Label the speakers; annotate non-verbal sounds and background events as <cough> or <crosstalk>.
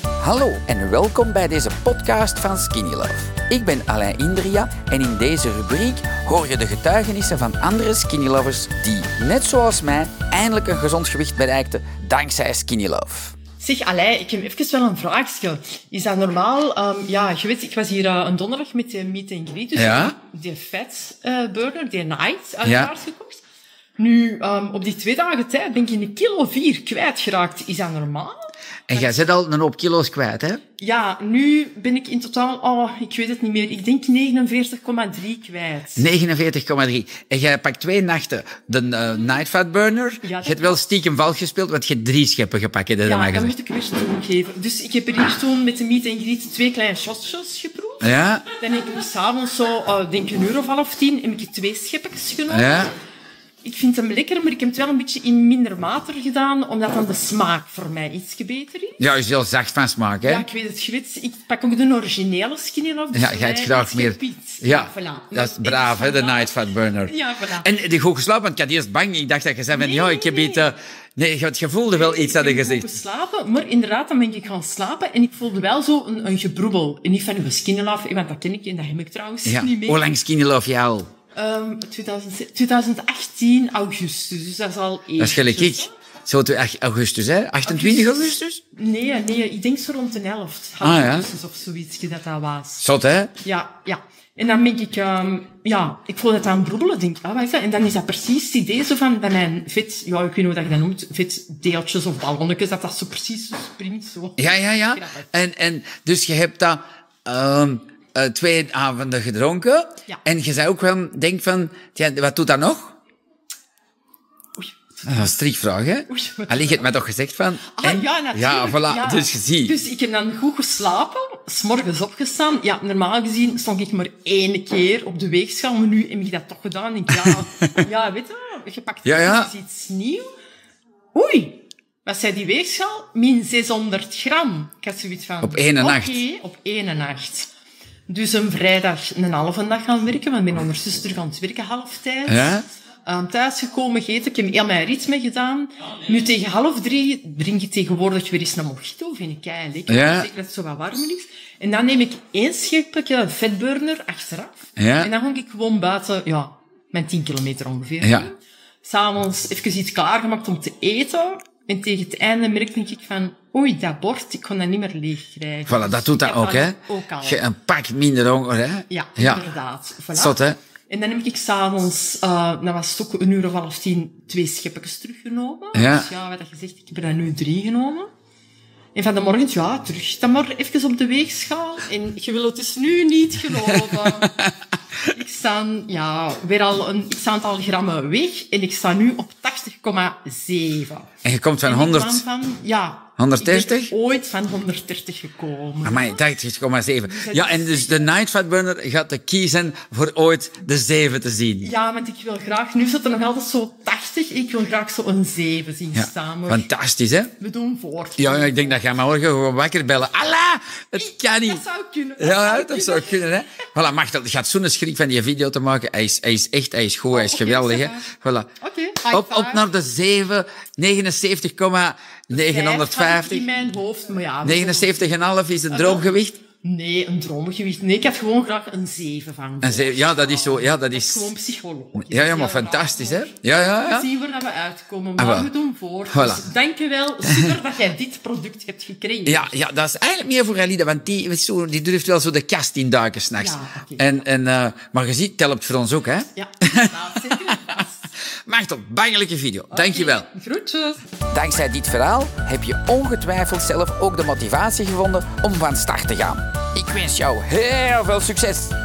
Speaker 1: Hallo en welkom bij deze podcast van Skinny Love. Ik ben Alain Indria en in deze rubriek hoor je de getuigenissen van andere Skinny Lovers die, net zoals mij, eindelijk een gezond gewicht bereikten dankzij Skinny Love.
Speaker 2: Zeg, Alij, ik heb even wel een vraagje. Is dat normaal? Ehm, ja, je weet, ik was hier eh, een donderdag met de meet and greet. Dus
Speaker 1: Ja.
Speaker 2: ik heb die vet eh burger, die night, uiteraard gekocht. Nu, ehm, op die twee dagen tijd ben ik in een kilo vier kwijtgeraakt. Is dat normaal?
Speaker 1: En jij zit al een hoop kilo's kwijt, hè?
Speaker 2: Ja, nu ben ik in totaal, oh, ik weet het niet meer. Ik denk 49,3 kwijt.
Speaker 1: 49,3. En jij pakt twee nachten de eh, Night Fat Burner.
Speaker 2: dat
Speaker 1: je hebt wel stiekem vals gespeeld, want je hebt drie scheppen gepakt, hè, dat
Speaker 2: ja,
Speaker 1: mag
Speaker 2: dan
Speaker 1: gezegd.
Speaker 2: moet ik weer toen geven. Dus ik heb er eerst toen met de meet and greet twee kleine shotjes geproefd.
Speaker 1: Ja,
Speaker 2: Dan heb ik s'avonds zo, eh, denk een uur of half tien, heb ik twee schepjes genomen.
Speaker 1: ja.
Speaker 2: Ik vind hem lekker, maar ik heb het wel een beetje in minder mate gedaan, omdat dan de smaak voor mij iets beter is.
Speaker 1: Ja, is heel zacht van smaak, hè?
Speaker 2: Ja, ik weet het, je weet, ik pak ook de originele skinny love. dus
Speaker 1: Ja,
Speaker 2: voor
Speaker 1: jij hebt
Speaker 2: mij
Speaker 1: graag
Speaker 2: iets
Speaker 1: meer.
Speaker 2: gepiet.
Speaker 1: Ja,
Speaker 2: voilà.
Speaker 1: dat is braaf, hè, de
Speaker 2: vandaar-
Speaker 1: Night Fat Burner.
Speaker 2: Ja, voilà.
Speaker 1: En die goed geslapen, want ik had eerst bang. Ik dacht dat je zei van,
Speaker 2: Nee,
Speaker 1: ja, ik heb
Speaker 2: nee,
Speaker 1: iets... eh, nee, je gevoelde wel iets, had je
Speaker 2: ik heb goed
Speaker 1: gezegd.
Speaker 2: geslapen, maar inderdaad, dan ben ik gaan slapen en ik voelde wel zo een, een gebroebel. En niet van uw skinny love, eh, want dat ken ik en dat heb ik trouwens
Speaker 1: Ja.
Speaker 2: niet meer.
Speaker 1: Hoe lang skinny love jij al?
Speaker 2: Ehm, 2000 2018 augustus, dus dat is al
Speaker 1: Dat is gelijk
Speaker 2: eventjes,
Speaker 1: ik. Zo te- ach- augustus, hè? 28 augustus?
Speaker 2: Nee, nee, ik denk zo rond de 11
Speaker 1: dus? Ah, ja.
Speaker 2: augustus of zoiets dat dat was.
Speaker 1: Zot, hè?
Speaker 2: Ja, ja. En dan denk ik, ehm, ja, ik voel het aan het broebelen, denk ik, ah, wat is dat? En dan is dat precies het idee zo van, dat mijn vet, ja, ik weet niet hoe dat je dat noemt, vetdeeltjes of ballonnetjes, dat dat zo precies zo springt, zo.
Speaker 1: Ja, ja, ja.
Speaker 2: Grappig.
Speaker 1: En, en dus je hebt dat ehm, eh, twee avonden gedronken.
Speaker 2: Ja.
Speaker 1: En je zei ook wel, denk van, tja, wat doet dat nog?
Speaker 2: Oei.
Speaker 1: Dat is een strikvraag, hè?
Speaker 2: Oei, wat-
Speaker 1: Allee, je hebt mij toch gezegd van...
Speaker 2: Ah,
Speaker 1: en-
Speaker 2: ja, natuurlijk.
Speaker 1: Ja, voilà,
Speaker 2: ja.
Speaker 1: dus je ziet.
Speaker 2: Dus ik heb dan goed geslapen, s'morgens opgestaan. Ja, normaal gezien stond ik maar één keer op de weegschaal, maar nu heb ik dat toch gedaan. Ik denk, ja,
Speaker 1: <laughs>
Speaker 2: ja, weet je, je pakt
Speaker 1: Ja, ja.
Speaker 2: iets- iets nieuws. Oei, wat zei die weegschaal? Min 600 gram. Ik had zoiets van...
Speaker 1: Op één nacht.
Speaker 2: Oké, op één nacht. Dus een vrijdag een halve dag gaan werken, want ik ben ondertussen terug aan het werken, halftijd.
Speaker 1: Ja.
Speaker 2: Ehm, thuisgekomen gegeten, ik heb heel mijn ritme gedaan. Nu tegen half drie drink ik tegenwoordig weer eens een mojito, vind ik kei lekker.
Speaker 1: Ja.
Speaker 2: Zeker dat het zo wat warmer is. En dan neem ik één schepje vetburner achteraf.
Speaker 1: Ja.
Speaker 2: En dan hang ik gewoon buiten, ja, mijn 10 kilometer ongeveer.
Speaker 1: Ja.
Speaker 2: S'avonds even iets klaargemaakt om te eten. En tegen het einde merkte ik van, oei, dat bord, ik kon dat niet meer leeg krijgen. Dus
Speaker 1: Voilà, dat doet dat
Speaker 2: Ik
Speaker 1: ook,
Speaker 2: heb
Speaker 1: hè?
Speaker 2: Ook al.
Speaker 1: Je een pak minder honger, hè?
Speaker 2: Ja,
Speaker 1: ja.
Speaker 2: inderdaad. Voilà.
Speaker 1: Zot, hè?
Speaker 2: En dan heb ik s'avonds, eh dat was het ook een uur of half tien, twee scheppetjes teruggenomen.
Speaker 1: Ja.
Speaker 2: Dus ja, wat had je zegt, ik heb er nu drie genomen. En van de morgen, ja, terug dan maar even op de weegschaal. En je wil het dus nu niet geloven.
Speaker 1: <laughs>
Speaker 2: ik sta, ja, weer al een x aantal grammen weg. En ik sta nu op 80,7.
Speaker 1: En je komt van
Speaker 2: Ik
Speaker 1: 100...
Speaker 2: kwam van, ja.
Speaker 1: 130?
Speaker 2: Ik ben ooit van 130 gekomen.
Speaker 1: Amai, 80,7. Ja, en dus de Night Fat Burner gaat te kiezen voor ooit de 7 te zien.
Speaker 2: Ja, want ik wil graag, nu zit er nog altijd zo 80, ik wil graag zo een 7 zien
Speaker 1: Ja,
Speaker 2: staan. maar
Speaker 1: fantastisch, hè?
Speaker 2: We doen voort.
Speaker 1: Ja, ja, ik denk dat jij morgen gewoon wakker bellen. Allah, het kan niet.
Speaker 2: Dat zou kunnen.
Speaker 1: Ja, dat zou kunnen, hè. Voilà, mag dat. gaat zo'n schrik van die video te maken. Hij is, hij is echt, hij is goed, hij is
Speaker 2: Oh, oké,
Speaker 1: geweldig, hè.
Speaker 2: zeg
Speaker 1: Voilà.
Speaker 2: Oké, high
Speaker 1: Op, op
Speaker 2: five.
Speaker 1: naar de 7, 79,950.
Speaker 2: In mijn hoofd, maar ja. we doen-
Speaker 1: 79,5 is
Speaker 2: Ah,
Speaker 1: het droomgewicht.
Speaker 2: Nee, een droomgewicht. Nee, ik had gewoon graag een 7 van.
Speaker 1: En ze, ja, dat is zo, ja, dat
Speaker 2: Dat is
Speaker 1: is...
Speaker 2: gewoon psychologisch.
Speaker 1: Ja, ja, maar
Speaker 2: Heel
Speaker 1: fantastisch, hè?
Speaker 2: raar,
Speaker 1: Ja, ja,
Speaker 2: maar We
Speaker 1: ja.
Speaker 2: zien waar dat we uitkomen,
Speaker 1: Ah,
Speaker 2: maar
Speaker 1: wel.
Speaker 2: we doen voort.
Speaker 1: Voilà.
Speaker 2: Dus dankjewel, super dat jij dit product hebt gekregen.
Speaker 1: Ja, ja, dat is eigenlijk meer voor Alida, want die, is zo- die durft wel zo de kast induiken s'nachts.
Speaker 2: Ja, oké.
Speaker 1: en, en, eh, maar je ziet, het helpt voor ons ook, hè? <laughs>
Speaker 2: Ja, inderdaad, zeker en vast.
Speaker 1: Macht op, bangelijke video. Dankjewel.
Speaker 2: Groetjes.
Speaker 3: Dankzij dit verhaal heb je ongetwijfeld zelf ook de motivatie gevonden om van start te gaan. Ik wens jou heel veel succes!